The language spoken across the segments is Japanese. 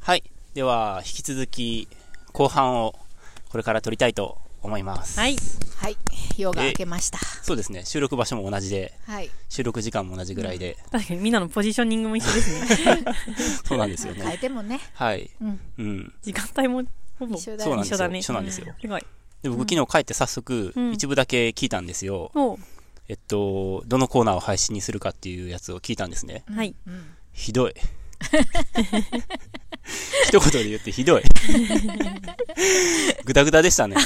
はい。では、引き続き、後半を、これから撮りたいと思います。はい。はい夜が明けましたそうですね。収録場所も同じで、はい収録時間も同じぐらいで、確かにみんなのポジショニングも一緒ですね。 そうなんですよ変えね。てもねはい。うんうん。時間帯もほぼ一緒だそうなんです一緒だよ。ね一緒なんですよ。すごい。で、僕昨日帰って早速う、ん一部だけ聞いたんですよ。おうえっと、どのコーナーを配信にするかっていうやつを聞いたんですね。はい。うんひどい。 一言で言ってひどい。ぐだぐだでしたね。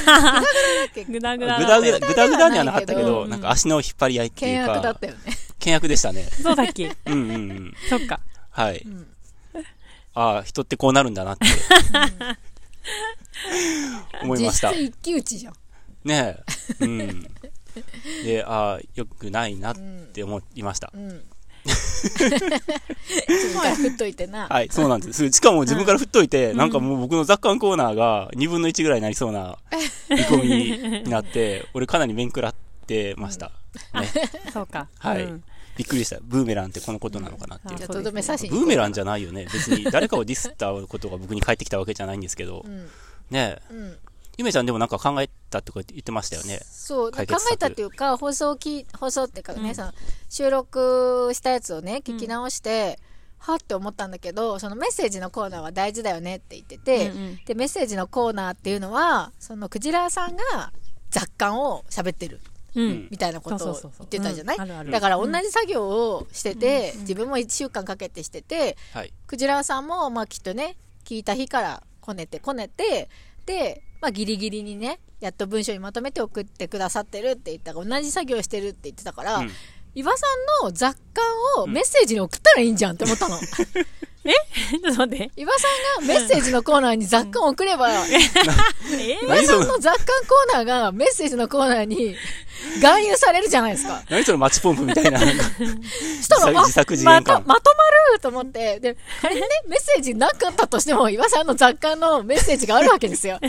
ぐだぐぐだ。だぐだ、ぐだぐだにはなかったけうど、んなんか足の引っ張り合いって険いう悪だかっ、たよね険悪でしたね。そうだっけうんうんうん。そっか。はい。ん ああ、人ってこうなるんだなって。思いま実した質。一騎打ちじゃんねえ。うん。で、ああ、よくないなって思いました。 うん自分から振っといてなはい、そうなんです。しかも自分から振っといて、なんかもう僕の雑感コーナーが2分の1ぐらいになりそうな見込みになって、俺かなり面食らってました。ね。そうか。はいうんびっくりした。ブーメランってこのことなのかなっていううんじゃあとどめ刺しにブーメランじじゃないよね。別に誰かをディスったことが僕に返ってきたわけじゃないんですけどう。んねえ。うんゆめちゃんでもなんか考えたってこと言ってましたよね。そう考解決策えたっていうか放送をき放送っていうかね、うんその収録したやつをね聞き直して、はって思ったんだけどそのメッセージのコーナーは大事だよねって言ってて、うんうんでメッセージのコーナーっていうのはそのクジラさんが雑感を喋ってるうん。みたいなことそうをそうそうそう言ってたじゃないうんあるあるだから同じ作業をしてて、自分も1週間かけてしててはい。クジラさんもまあきっとね聞いた日からこねてこねてで、まあ、ギリギリにねやっと文章にまとめて送ってくださってるって言ったから同じ作業してるって言ってたから、うん岩さんの雑感をメッセージに送ったらいいんじゃんって思 ったのえちょっと待って。岩さんがメッセージのコーナーに雑感を送ればえ岩さんの雑感コーナーがメッセージのコーナーに含有されるじゃないですか何そのマッチポンプみたいな、なんかしたら、自あ自作自ま演た、感。まとまると思って、で、仮にね、メッセージなかったとしても、岩さんの雑感のメッセージがあるわ けですよ。あ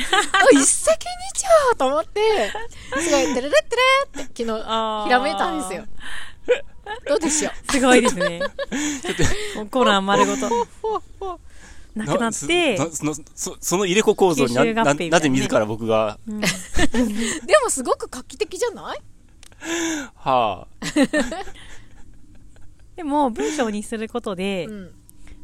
一石二鳥と思って、すごい、てれれってれって、昨あー日、ひらめいたんですよ。どうでしょう。すごいですね。コーナー丸ごと。なくなって、なそのそその入れ子構造にな吸収合併なみたいなねなぜ自ら僕が、でも、すごく画期的じゃないはあ、でも文章にすることでう、ん。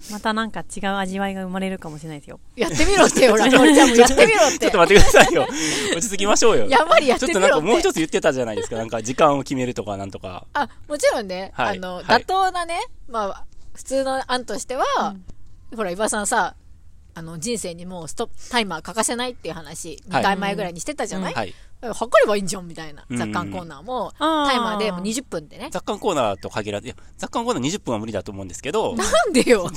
またなんか違う味わいが生まれるかもしれないですよ。やってみろって、ほら、森ちゃんもやってみろ っちょってと。待ってくださいよ。落ち着きましょうよ。やっぱりやっちてょっみとなろんかっもうて一。つ言ってたじゃないですか。なんか時間を決めるとかなんとか。あ、もちろんね、はいあの、はい妥当なね、まあ、普通の案としては、ほら、岩さんさ、あの、人生にもうストップ、タイマー欠かせないっていう話、はい2回前ぐらいにしてたじゃない、はい。測ればいいんじゃんみたいなうん雑感コーナーも、あータイマーでもう20分でね。雑感コーナーと限らず、いや、雑感コーナー20分は無理だと思うんですけど、なんでよ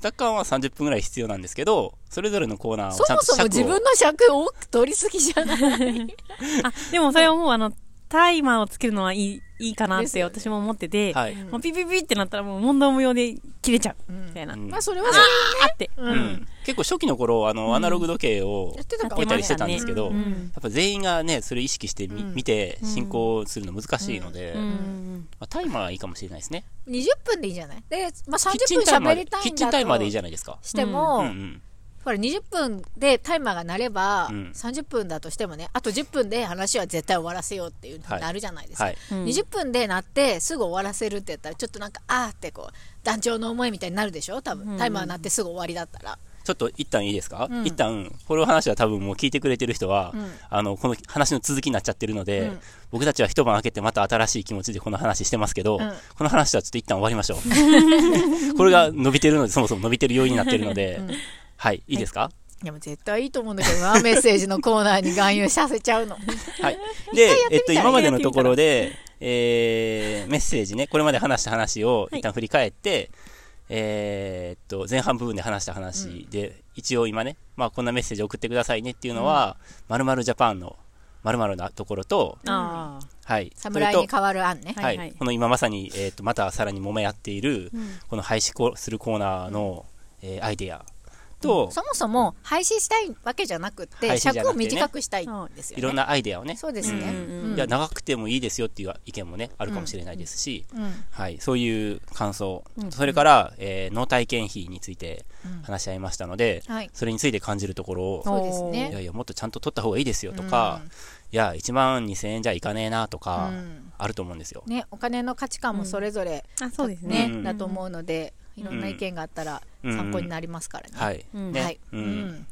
雑感は30分ぐらい必要なんですけど、それぞれのコーナーをそちゃんもとそも自尺を分の尺多く取りすぎじゃないあ、でもそれはもうあの、タイマーをつけるのはいい、いいかなっですてよね私も思ってて、はいもうピピピってなったらもう問答無用で切れちゃう。みたいな。うんまあ、それはあそうーって。う。うんん結構初期の頃、あの、アナログ時計をやってた置かもいたりしてたんですけど、うやん。っぱ全員がね、それ意識してみ、うん見て進行するの難しいので、うまん。あ、タイマーはいいかもしれないですね。 20分でいいじゃないで、まあ、キッチ30ンタイ分マー喋でりた、いキんッチンだタイマーでいいじとゃないですか。してうも、んうん。ほら20分でタイマーが鳴れば、うん30分だとしてもねあと10分で話は絶対終わらせようっていうふうになるじゃないですか、はい。うん20分で鳴ってすぐ終わらせるってやったらちょっとなんかあーってこう団長の思いみたいになるでしょ多う分、んタイマー鳴ってすぐ終わりだったらちょっと一旦いいですか、うん一旦、この話は多分もう聞いてくれてる人は、うんあの、この話の続きになっちゃってるので、うん僕たちは一晩明けてまた新しい気持ちでこの話してますけど、うんこの話はちょっと一旦終わりましょう。これが伸びてるので、そもそも伸びてる要因になってるので、んはい、いいですかでも絶対いいと思うんだけどなメッセージのコーナーに含有させちゃ うのはい。で、えっと、ら今までのところで、えー、メッセージね、これまで話した話を一旦振り返って、えーっと、前半部分で話した話で、一応今ね、まあ、こんなメッセージ送ってくださいねっていうのは、まるまるジャパンの、まるまるなところと、ああ。はい。侍そにれと変わる案ねははいいはいこの今まさに、えーっと、またさらに揉め合っている、うんこの廃止こするコーナーの、えーアイデアと、そもそも廃止したいわけじゃなくて廃止じゃなくてね尺を短くしたいんですよね。いろんなアイデアをね、そうですね。うんうんいや長くてもいいですよっていう意見もねあるかもしれないですし、うんはい、そういう感想、うんそれから、えー脳体験費について話し合いましたので、はいそれについて感じるところを、そうですいね。やいや、もっとちゃんと取った方がいいですよとか、いや、1万2000円じゃいかねえなとうか、んあると思うんですよ。ね、お金の価値観もそれぞれ、あそうですねね。うんだと思うので、いろんな意見があったらうん参考になりますからね。はい。うんね、はいうんうん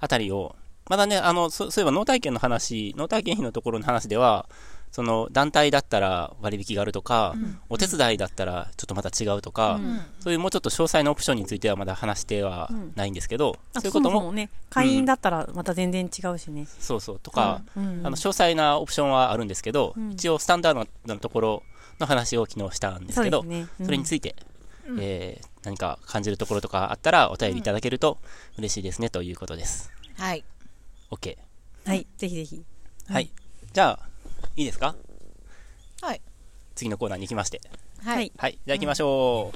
あたりを、まだね、あの、そそういえば脳体験の話、脳体験費のところの話では、その団体だったら割引があるとか、お手伝いだったらちょっとまた違うとか、うんそういうもうちょっと詳細なオプションについてはまだ話してはないんですけど、あそういとうことそももそもね、会員だったらまた全然違うしね。そうそうとか、うんあの詳細なオプションはあるんですけど、うん一応スタンダードなところの話を昨日したんですけどそそ,、うですねうんれについて、えー何か感じるところとかあったらお便りいただけると嬉しいですねということです。はい。 OK、はい、ぜひぜひ。はいじゃあいいですかはい。次のコーナーに行きましてはい。はいじゃあ行きましょ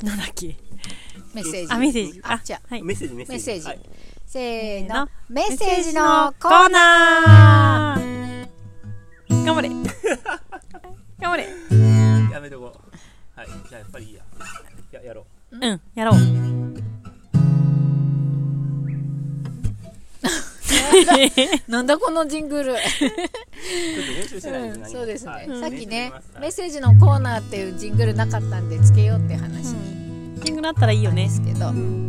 う、なんだっけメッセージ。あ、メッセージ。あ、じゃあはい。ッセージメメッセージはい。せせーーのの。メッセージのコーナーーナー頑 張れ頑張れやめとこうはいじゃあやっぱりいいやややろううん、やろう。なんだこのジングル。ちょっと練習してないんです、何もそうですね、はいさっき練習してみねますはいメッセージのコーナーっていうジングルなかったんでつけようって話にキングなったらいいよねで。すけど、うん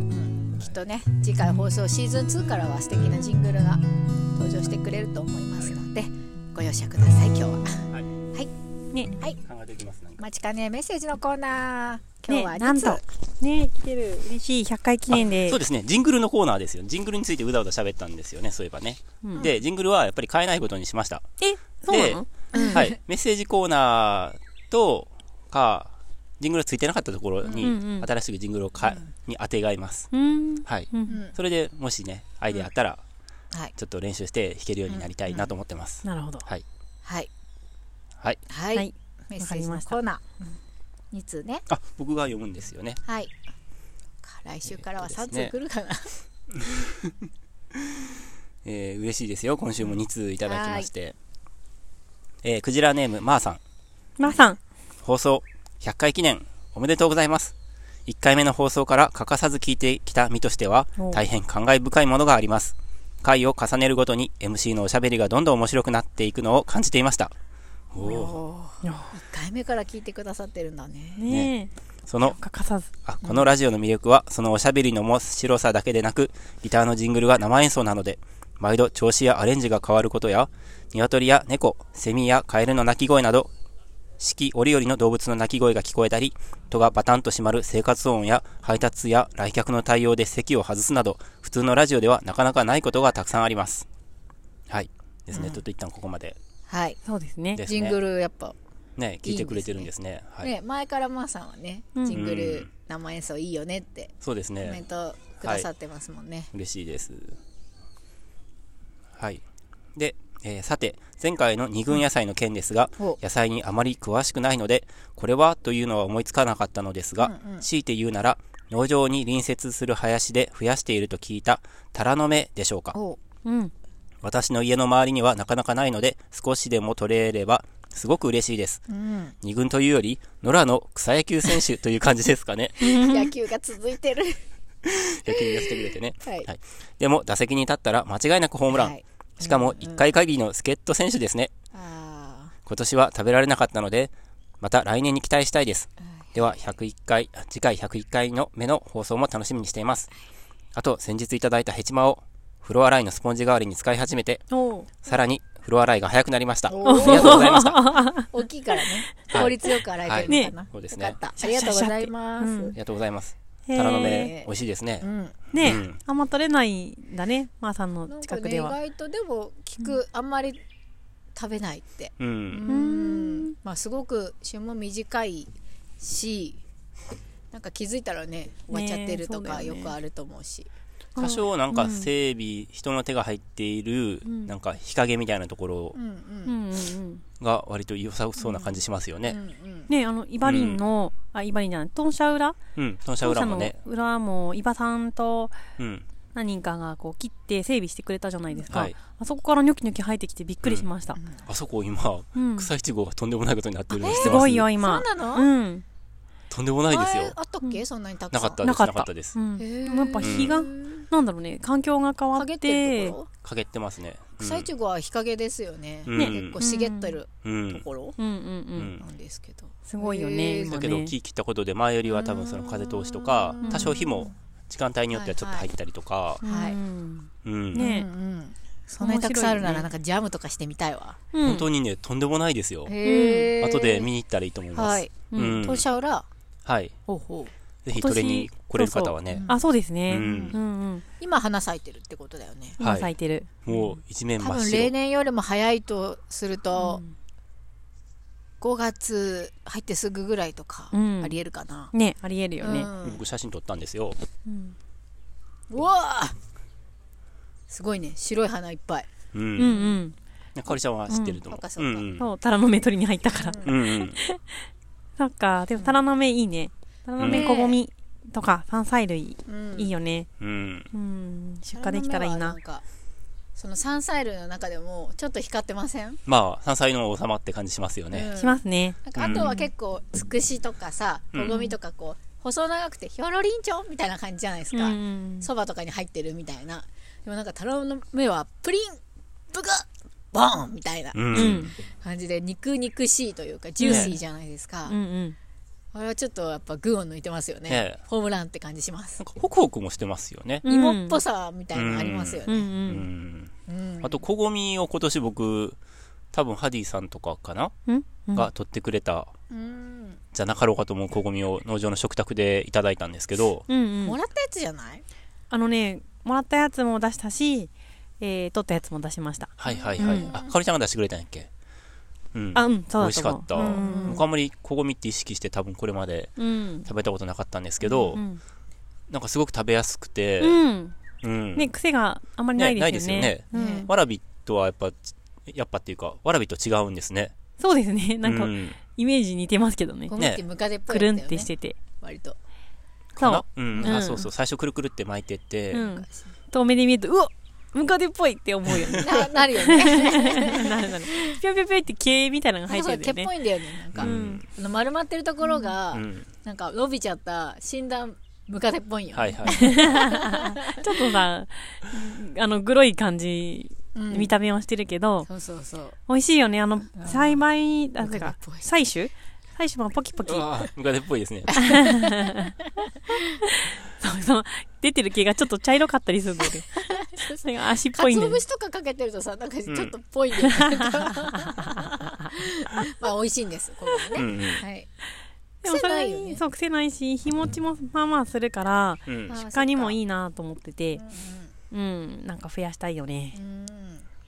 きっとね次回放送シーズン2からは素敵なジングルが登場してくれると思いますのでご容赦ください今日はね、考えておきます。なんか待ちかねメッセージのコーナー今日はね、 2なん通、と。ね、来てる。嬉しい、100回記念でそう。ですね、ジングルのコーナーですよ。ジングルについてうだうだ喋ったんですよね、そういえばね。うんで、ジングルはやっぱり変えないことにしました。え、そうなのはい。メッセージコーナーとか、ジングルがついてなかったところに、うんうん新しくジングルをか、に当てがいます。うん。はい。うんそれでもしね、アイデアあったら、はいちょっと練習して弾けるようになりたいなと思ってます。なるほど。はい。はいはい。はい、はい。メッセージのコーナー2通ねあ、僕が読むんですよね。はい来週からはえーと3ですね通来るかな、えー嬉しいですよ。今週も2通いただきまして。えークジラネーム、まー、さん。まーさん。放送100回記念おめでとうございます。1回目の放送から欠かさず聞いてきた身としてはお大変感慨深いものがあります。回を重ねるごとに MC のおしゃべりがどんどん面白くなっていくのを感じていました。おお 1回目から聞いてくださってるんだねねその欠かさず。あこのラジオの魅力はそのおしゃべりの面白さだけでなくギターのジングルは生演奏なので毎度調子やアレンジが変わることや鶏や猫セミやカエルの鳴き声など四季折々の動物の鳴き声が聞こえたり戸がバタンと閉まる生活音や配達や来客の対応で席を外すなど普通のラジオではなかなかないことがたくさんありますはいですね、ちょっと一旦ここまではいそうですねで。すねジングルやっぱね聞いてくれてるんですねはいね、前からまーさんはね、うんジングうルん生演奏いいよねってそうですコメンねトくださってますもんね。嬉しいです。はい。で、えーさて、前回の二軍野菜の件ですが、お野菜にあまり詳しくないので、これはというのは思いつかなかったのですが、うんうん強いて言うなら、農場に隣接する林で増やしていると聞いた、タラの芽でしょうか。おうん。私の家の周りにはなかなかないので、少しでも取れれば、すごく嬉しいです。うん、二軍というより、野良の草野球選手という感じですか ね。野球が続 いてる。野球やってくれてね。はいでも、打席に立ったら間違いなくホームラン。はいしかも1回限りの助っ人選手ですね。あ今年は食べられなかったので、また来年に期待したいです。では、101回、あ次回101回の目の放送も楽しみにしています。あと、先日いただいたヘチマを、風呂洗いのスポンジ代わりに使い始めて、おうさらに風呂洗いが早くなりました。ありおーがとうございました。あー大きいからね、効率よく洗えてるのかな。はいねそうですよねかった。ありがとうございまシャシャシャすり。がとうございます。 へータラの芽、美味しいですねう。ん、ねうんあんま取れないんだね。まーさんなのんか近くね、意では。外とでも聞く、あんまり食べないって。う。うんん、まあすごく旬も短いし、なんか気づいたらね、終わっちゃってるとかねそようだよねくあると思うし。多少なんか整備、人の手が入っている、なんか日陰みたいなところうんううんんうんうん。が割と良さそうな感じしますようね。んうんね、あの、イバリンの、あ、イバリンじゃない、トンシャウラうん、トンシャトウンシラャものね。裏も、イバさんとうん。何人かがこう切って整備してくれたじゃないですか。はいあそこからニョキニョキ生えてきてびっくりしました。あそこ今、うん。草七号がとんでもないことになってるの知ってますすごいよ、そ今う。なの、うん。とんでもないです前よ。あったっけそんなにたくさなんかったでなす、かっなたかったですう。ん。へでーもやっぱ日が、なんだろうね、環境が変わって、陰ってるところかけてますね。草いちごは日陰ですよね、うんね結構茂ってるうんうとん。ころうんうんうん。なんですけど、すごいよね、へー今だけね。ど木切ったことで前よりは多分その風通しとかうん多少火も時間帯によってはちょっと入ったりとか、はいうんうんねうんうんそんなにたくさんあるならなんかジャムとかしてみたいわうん本当にねとんでもないですよへー後で見に行ったらいいと思います、ははいい、ううんんトンシャウラほうほうぜひトレに来れる方はねあ、そうですね。ううんんうん。今花咲いてるってことだよね今はい咲いてる。もう一面多真っ分例白年よりも早いとすると、うん5月入ってすぐぐらいとか、うんありえるかな、ね、ありえるうよんね。僕写真撮ったんですようん。うわあすごいね白い花いっぱいうん、うんうん。ねかおりちゃんは知ってると思ううんそうかそうかんそう、タラの芽取りに入ったから。うんうんそっか、でもタラの芽いいね。タラのう芽ん小ごみとか、山菜類、いいよよね。うんうん。出荷できたらいいな。その山菜類の中でもちょっと光ってません、まあ山菜の王様って感じしますようね、んしますね。なんかあとは結構つくしとかさうんこごみとかこう細長くてひょろりんちょみたいな感じじゃないですうんかうん。そば、とかに入ってるみたいなでもなんかタラの芽はプリンブガッボーンみたいなうんうん。感じで肉肉しいというかジューシーじゃないですか、うんうん。あれはちょっとやっぱ群を抜いてますよねねホームランって感じしますなんかホクホクもしてますよね、うん芋っぽさみたいなのありますようんううね、んん。うんあと小ごみを今年僕多分ハディさんとかかな、うんうんが取ってくれたうんじゃなかろうかと思う小ごみを農場の食卓でいただいたんですけど、うんうもん。らったやつじゃないあのね、もらったやつも出したし、えー取ったやつも出しました。はいはいはい、うんあかおりちゃんが出してくれたんやっけうんあ、うん、そ美うだ味しとか思うった、うんうん僕あんまり小ごみって意識して多分これまでうん。食べたことなかったんですけど、うんなんかすごく食べやすくて、うん。うんね、癖があんまりないですよね。ねないですよねうんわらびとはやっぱやっぱっていうかわらびと違うんですねそうですね。なんかう、んイメージ似てますけどねゴ。ミってムカデっぽくいやつだるよんねってしてて。割とかそなうん、うんあそうそう最初くるくるって巻いてって、う。うん。遠目で見ると、うわムカデっぽいって思う よね。ななるよねなるなる。ぴょんぴょんぴょんって毛みたいなのがな生んかそえれて毛っるよぽね。いんだよねなんか、ううんん。あの丸まってるところが、うんなんか伸びちゃった診断ムカデっぽいよ ね、はいはい、ちょっとさ、あの、グロい感じ、うん見た目をしてるけど、そうそうそう美味しいよね。あの、栽培、あ、ムカデてっかぽい、採取採取もポキポキう。わムカデっぽいですねそうそう出てる毛がちょっと茶色かったりするの で。それが足っかぽいんつだおよね。節とかかけてるとさなんかちょっとっぽいんだよね、まあ美味しいんですここはうね、んはいでもそ癖なれいよねに、そう、癖ないし、日持ちもまあまあするから、うんうんあ他にもいい、いなと思っててう、うんん、なんか増やしたいよね。うん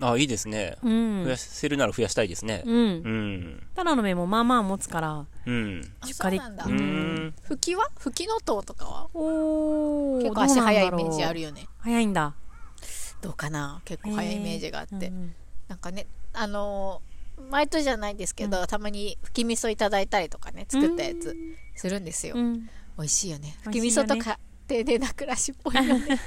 あいいですねうん増や。せるなら増やしたいですねうんう。んタラの芽もまあまあ持つから、うんあ出そ荷うでなんだ、ううんん吹きは吹きの塔とかはお結構足早いイメージある。よね早いんだ。どうかな結構早いイメージがあって、うんなんかねあのー毎年じゃないんですけど、たまに吹き味噌いただいたりとかね作ったやつするんですよ、うん。美味しいよね美吹き味味しいよ噌ねとか丁寧な暮らしっぽいよね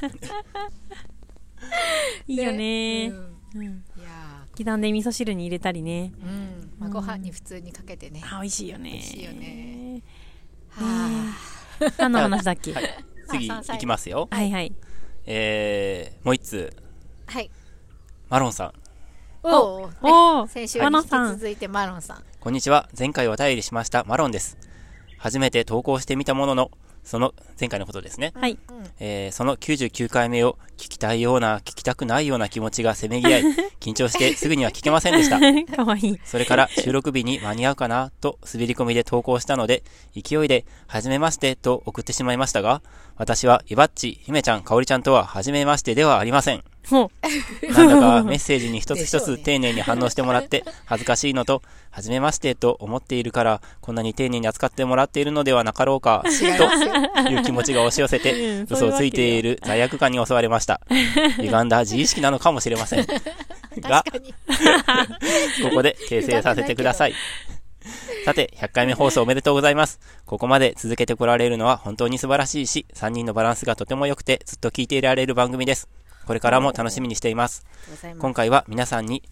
いいよねう。んうんいや刻んで味噌汁に入れたりね。ーうん、まあ、ご飯に普通にかけてね、あ、美味しいよね。美味しいよね。ねはえ何の話だっけはい次山菜いきますよはいはい。えー、もう一つあはいマロンさんおお、ね、おお、先週にマ引ノきさん。続いてマロンさんこんにちは。前回お便りしました、マロンです。初めて投稿してみたものの、その、前回のことですね。はい。 えーその99回目を聞きたいような、聞きたくないような気持ちがせめぎ合い、緊張してすぐには聞けませんでした。かわいい。それから収録日に間に合うかなと滑り込みで投稿したので、勢いで、はじめましてと送ってしまいましたが、私はイバッチ、ひめちゃん、かおりちゃんとははじめましてではありません。もなんだかメッセージに一つ一でしょうつね丁寧に反応してもらって、恥ずかしいのと、はじめましてと思っているから、こんなに丁寧に扱ってもらっているのではなかろうか、という気持ちが押し寄せうてん、そうい嘘うをつわけよ いている罪悪感に襲われました。歪んだ自意識なのかもしれません。う、が確、かに。ここで訂正させてください。さて、100回目放送おめでとうございます。ここまで続けてこられるのは本当に素晴らしいし、3人のバランスがとても良くて、ずっと聞いていられる番組です。これからも楽しみにしています。今回は皆さんに、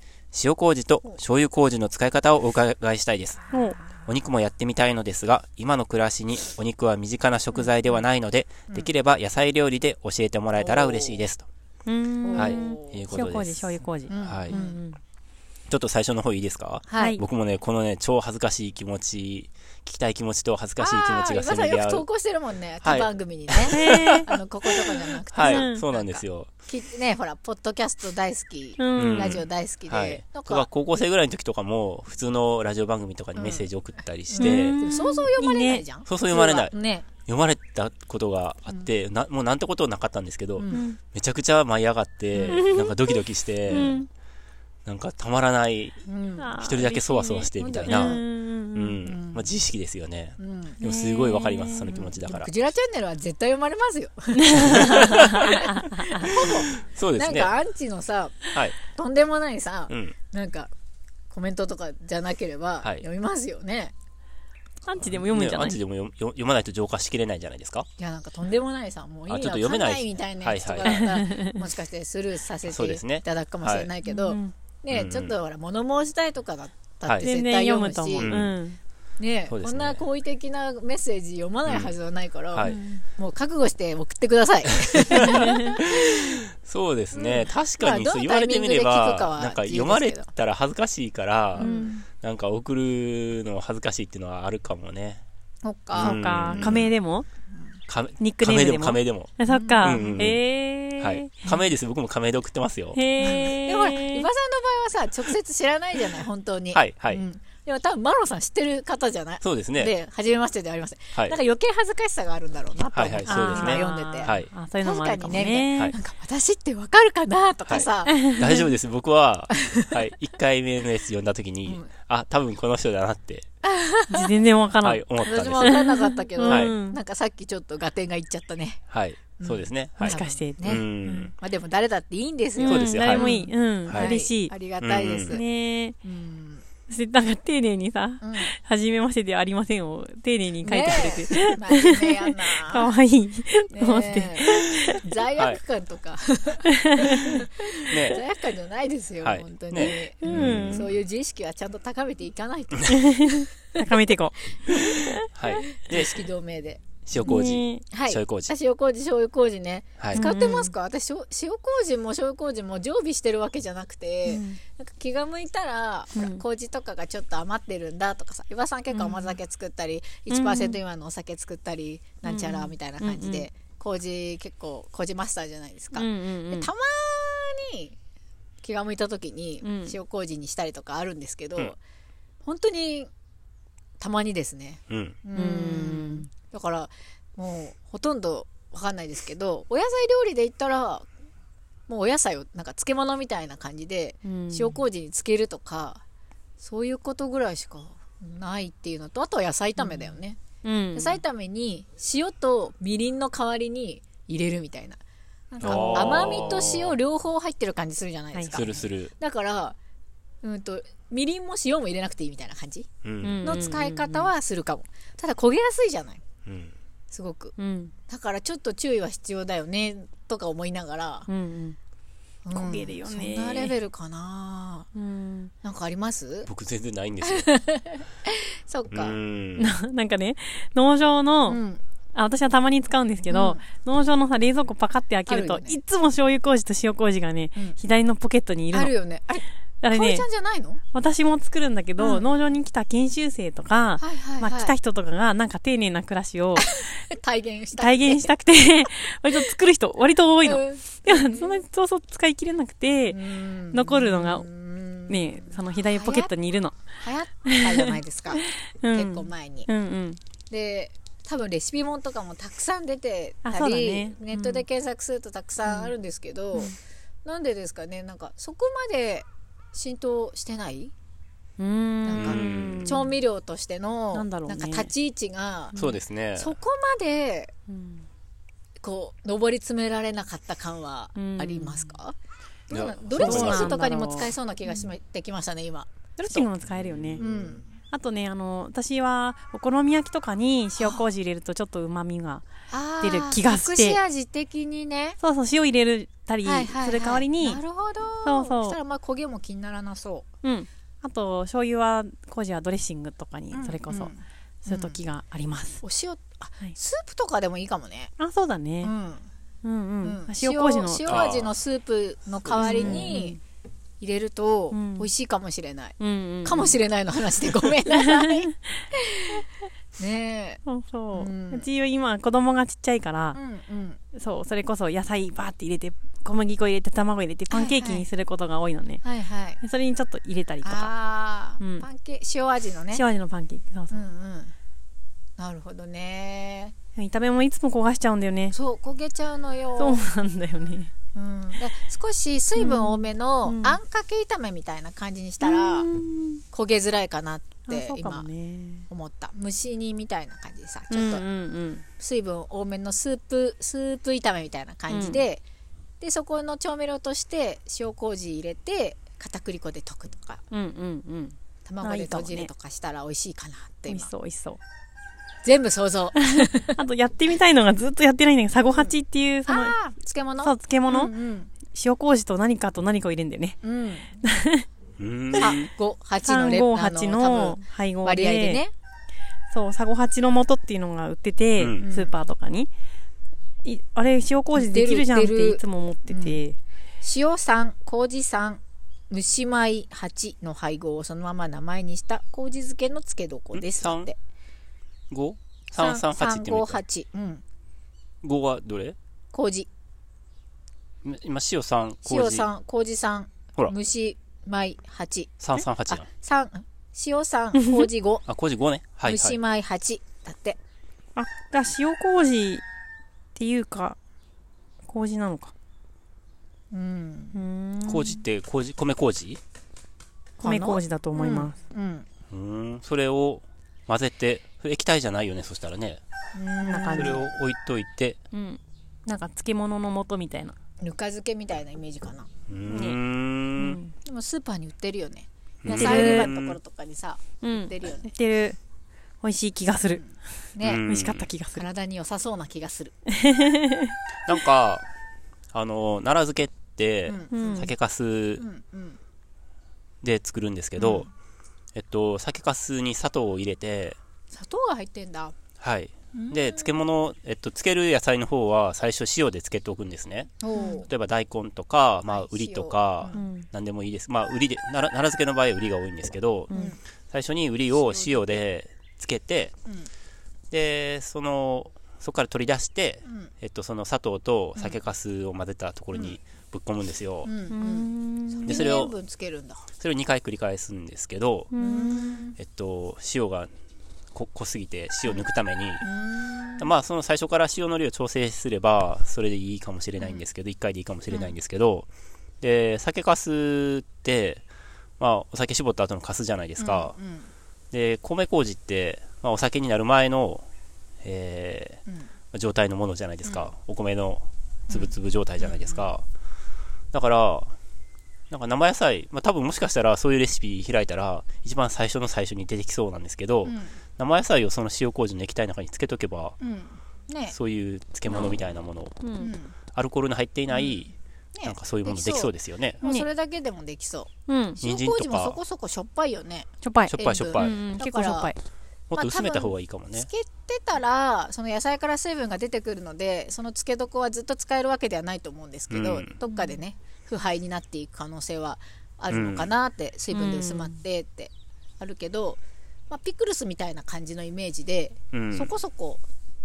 塩麹と醤油麹の使い方をお伺いしたいです。もう、お肉もやってみたいのですが、今の暮らしにお肉は身近な食材ではないので、できれば野菜料理で教えてもらえたら嬉しいです。と。うーん。はい。いう塩こと麹、です。醤油麹。んはいうんうんちょっと最初の方いいですかはい僕もね、このね、超恥ずかしい気持ち、聞きたい気持ちと恥ずかしい気持ああちー、今がせさんめよぎく合投う。稿してるもんね。他はい番組にね。 へあの、こことかじゃなくて。はうい、んそうなんですよ。きね、ほら、ポッドキャスト大好き、うんラジオ大好きはいで、な。ん僕はか、高校生ぐらいの時とかも、普通のラジオ番組とかにメッセージ送ったりして、うんでも想像読まれないじゃん。そうそう読まれない普通はね。読まれたことがあって、なもうなんてことなかったんですけど、うんんめちゃくちゃ舞い上がって、なんかドキドキして、うんなんかたまらない、うん。あー一人だけそわそわしてみたいうんな、ううんうんまあ、自意識ですよね。うん。でもすごいわかります、その気持ちだからク。ジラチャンネルは絶対読まれますよ。そうでなすんね。かはアンチのさ、い。とんでもないさう、ん。なんか、コメントとかじゃなければ、はい読みますよね。アンチでも読むんじゃねアなンいチでも読読読まないと浄化しきれないじゃないですか。いや、なんかとんでもないさ、もう意あち味ょっと読めわかんないないみたいなやつとかだったら、 もしかしてスルーさせそうですてねいただくかもしれないけど、うんうねん、ちょっとほら、物申したいとかだったはっいて全絶然対読読むむと思う。ん、しうんね、そうでこすんねな好意的なメッセージ読まないはずはないから、はい。もう覚悟して送ってくだ さい。そうですね。確かにまあそう言どのわれタイミてンみグでれ聞くかば、はなんか自読由ですけどまれたら恥ずかしいからう、んなんか送るの恥ずかしいっていうのはあるかもね。そっか。そうかうん。仮名でもかニックネームでも仮名でも。あそっか。うんうんうんえ仮名でー。もはい。仮名です。僕も仮名で送ってますよ。へー。でもほら、伊庭さんの場合はさ、直接知らないじゃない、本当に。はいはいうんでも多分、マロンさん知ってる方じゃないそうですね。で、初めましてではありません。はいなんか。余計恥ずかしさがあるんだろうなと思ってはいはいそうですね今読んでて。はいあ、そういうのもあるかもね。はいなんか私ってわかるかなとかさ、大丈夫です。僕は、はい。1回目のやつ読んだときにうん、あ、多分この人だなって、全然わからはないい。、思ったん私でもすわよ。かんなかったけど、はいうんなんかさっきちょっと合点がいっちゃったね。はい。そうですね。はもいし。かして。うねん。まあでも誰だっていいんですうよ。そうんですよ誰もいい。はうん。はい嬉しいあ。りがたいです。ねえ。うんそしてなんか丁寧にさ、うんはじめましてではありませんを丁寧に書いてく れて、ねえ真面目やな。 かわいい。と思っねて。え罪悪感とか、罪ね悪感じゃないですよ、はい本当に、ねううんん。そういう自意識はちゃんと高めていかないと、高めていこはい。意で、識同盟で。塩う。麹。ねはい。醤油麹あ塩麹、醤油麹ね。はい。使ってますか、私、塩塩麹も醤油�麹も常備してるわけじゃなくて、なんか気が向いたら、ほらうん麹とかがちょっと余ってるんだとかさ、岩さん結構甘酒作ったり、1%未満のお酒作ったり、なんちゃらみたいな感じで、うんう麹結構、麹マスターじゃないですうか。んうんうでん。たまに気が向いた時にうん塩麹にしたりとかあるんですけど、うん本当にたまにですねうん。ううんだからもうほとんどわかんないですけどお野菜料理で言ったらもうお野菜をなんか漬物みたいな感じでうん塩麹に漬けるとか、そういうことぐらいしかないっていうのとあとは野菜炒めだよね、うん野菜炒めに塩とみりんの代わりに入れるみたいななんかあー甘みと塩両方入ってる感じするじゃないですか、するする。だからうんとみりんも塩も入れなくていいみたいな感じうん。の使い方はするかもただ焦げやすいじゃないうん。すごくうんだからちょっと注意は必要だよねとか思いながらう、んうん焦げるよねそんなレベルかなうんうん なんかあります僕全然ないんですよ。そっうかん。なんかね、農場の、うんあ、私はたまに使うんですけど、農場のさ、冷蔵庫パカって開けると、あるよねいつも醤油麹と塩麹がね、うん左のポケットにいるあるの。よねあれあれかおりねちゃ、んじゃないのは私も作るんだけど、うん農場に来た研修生とか、いはいまあ来はたい人とかがなんか丁寧な暮らしを体現した体現したくて、 割と作る人、割と多いの。うんでも、そんなにそうそう使い切れなくて、残残るのがねね、その左ポケットにいるの。流行ったじゃないですかうん、結構前にうんうん。で多分レシピ本とかもたくさん出てあたそうだり、ねネットで検索するとたくさんあるんですけど、なんでですかねなんかそこまで浸透してない、うーん。なんか調味料としてのなんだろうねか立ち位置が、そうですね。そこまでうんこう上り詰められなかった感はありますか、いなんやかドレッシンそうグなんだとかにも使えそうな気がしてきましたね、今。ドレッシングも使えるよね。うん。あとね、あの、私は、お好み焼きとかに塩麹入れるとちょっと旨味が。あ出る気がして隠し味的にね。そうそう、塩入れるたりはいはいはいする代わりに、なるほど。そうそうしたらまあ焦げも気にならなそうん。あと、醤油は、麹はドレッシングとかにう。うん、それこうそん、する時があります。お塩、あ、はいスープとかでもいいかもね。あ、そうだうね。ん。うんううんん。塩麹の。塩味のスープの代わりに入れるとうん美味しいかもしれない。うんうん。かもしれないの話でごめんなさ い。ねえ。そうそう。うんうちは今、子供がちっちゃいからう、んうん。そう、それこそ野菜バーって入れて、小麦粉入れて、卵入れて、パンケーキにすることが多いのね。はいはい。それにちょっと入れたりとか。ああ、うんパンケ塩味のね。塩味のパンケーキ。そううそんうん。なるほどね。う。炒めもいつも焦がしちゃうんだよね。そう焦げちゃうのよ。そうなんだよね。うん、で少し水分多めのあうんんうんかけ炒めみたいな感じにしたらうん焦げづらいかなってあそうかも今ね。思った蒸し煮みたいな感じでさちょっとうんうん水分多めのスープスープ炒めみたいな感じで、でそこの調味料として塩麹入れて片栗粉で溶くとかうん。うんうんうん。卵あいでいかもとねじるとかしたら美味しいかなって美味今しそう、美味しそう。全部想像あ あと、やってみたいのがずっとやってないんだけど、サゴハチっていう、その、あー漬物そう、漬物、うん塩麹と何かと何かを入れるんだよね。うん、うん、うーん。 3 5 8のレあ358の多の分配合で割合でねそう、サゴハチの素っていうのが売ってて、うんスーパーとかに。いあれ、塩麹できるじゃんっ売ってるて売ってるいつも思ってて。塩酸麹酸蒸し米8の配合をそのまま名前にした麹漬けの漬け床ですんって五三三八ってみた。 358うん五はどれ？麹今塩三塩麹酸麹酸ほら蒸し米8三三八あな。三塩酸 麹5あ麹五ね。はい蒸はしい。米8だってあ、だ塩麹っていうか、麹なのか。うんうーん麹って麹米麹？米麹だと思います。うんうーん。それを混ぜてそれ液体じゃないよね。そしたらね。うんな感そじれを置いといて。うん。なんか漬物の素みたいな。ぬか漬けみたいなイメージかなうーん。ん。でもスーパーに売ってるよねうん野菜売り場のところとかにさうん。売ってるよねてる。美味しい気がする。うねん美味しかった気がする。体に良さそうな気がするなんかあの奈良漬けってうんうん。酒粕うんうんで作るんですけど、うんえっと酒粕に砂糖を入れて砂糖が入ってんだはい。うんで漬物、えっと、漬ける野菜の方は最初塩で漬けておくんですねおー例えば大根とか、まあは、いウリとか塩うん。何でもいいですまあウリで奈良奈良漬けの場合はウリが多いんですけどうん最初にウリを塩で漬けてでそのそこから取り出して、うんえっと、その砂糖と酒粕を混ぜたところにぶっ込むんですよ、うんううんん。でそれを塩分つけるんだそれを2回繰り返すんですけど、うんえっと、塩がこ濃すぎて塩を抜くために、うんまあその最初から塩の量を調整すればそれでいいかもしれないんですけど、1回でいいかもしれないんですけど、で酒粕って、まあ、お酒絞った後の粕じゃないですか、うんうんで米麹って、まあ、お酒になる前の、えーうんまあ状態のものじゃないですか、お米のつぶつぶ状態じゃないですか、だからなんか生野菜、まあ、多分もしかしたらそういうレシピ開いたら一番最初の最初に出てきそうなんですけど、生野菜をその塩麹の液体の中につけとけばうんねそういう漬物みたいなもの、ううんん。アルコールの入っていない、ねなんかそういうものできそうですよね。もうねそれだけでもできそううん。し人参塩とか麹もそこそこしょっぱいよねょっぱいしょ。っぱいしょっぱい。うもんうんだ結か構らしょっぱい。っと薄めた方がいいかもねつ。けてたらその野菜から水分が出てくるのでその漬け床はずっと使えるわけではないと思うんですけど、うんどっかでね腐敗になっていく可能性はあるのかなって、水分で薄まってってあるけど、まあ、ピクルスみたいな感じのイメージで、うん。そこそこ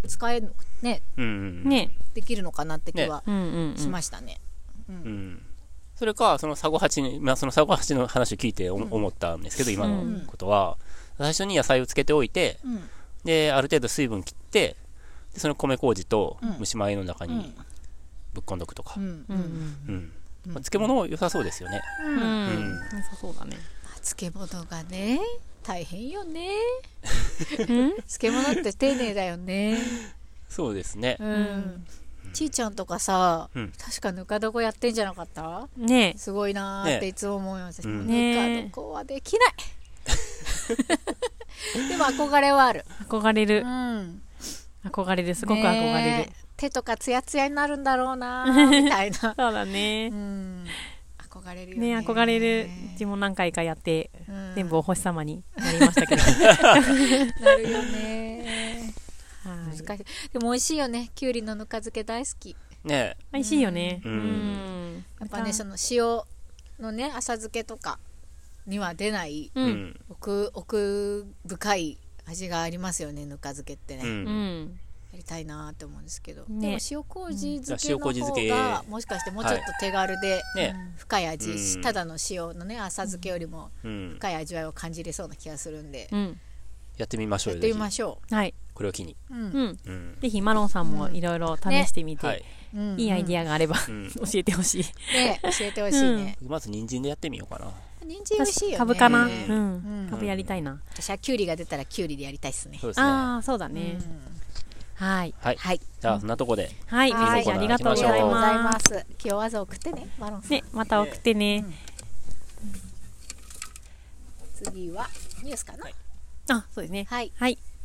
使えるねうんうん。ね。できるのかなって気はうんうんうん。しましたね。うん。それか、そのサゴハチに、まあ、そのサゴハチの話を聞いてお思ったんですけど、今うのんことは、最初に野菜をつけておいて、うんで、ある程度水分切って、でその米麹とうん蒸し米の中うんにぶっこんどくとかう。んうううんん。んうん。まあ漬物良さそうですよね。うん。まうん良さそうだね。あ漬物がね大変よねうん。漬物って丁寧だよね。そうですねう。んちーちゃんとかさ、うん確かぬか床やってんじゃなかったねすごいなーっねていつも思います、うんねぬか床はでき ないでも憧れはある、え憧れうるん、憧れるすごく憧れねるえ手とかツヤツヤになるんだろうなーみたいなそうだね うん憧れるよねねえ憧れるうちも何回かやってうん全部お星様になりましたけ どなるよねはい難しいでも美味しいよねきゅうりのぬか漬け大好きね美味しいよねうんうんやっぱねその塩のね浅漬けとかには出ないえううんん奥奥深い味がありますよねぬか漬けってね、うやうんんりたいなって思うんですけど、ねでも塩麹漬けうんの塩麹方漬けがもしかしてもうちょっと手軽で、ね深い味、うんただの塩のね浅漬けよりもうん深い味わいを感じれそうな気がするんで、うんやってみましょうやっよぜてみひましょはい、これを機にう、うんうん、うんぜひマロンさんもいろいろ試してみて、はいうんいいアイディアアがあれば、うん 教えてほしいね教えてほしいね、まず人参でやってみようかな人参美味しいよね株かな、ううんん株やりたいな、私はキュウリが出たらキュウリでやりたいっすねそうですねはああそうだね、はいいはいじゃあそんなとこではい、はメッいセージありがとうごありがざいとうございまますす今日わざ送ってねマロンさん、ねまた送ってね、次はニュースかなあそうですねはいはい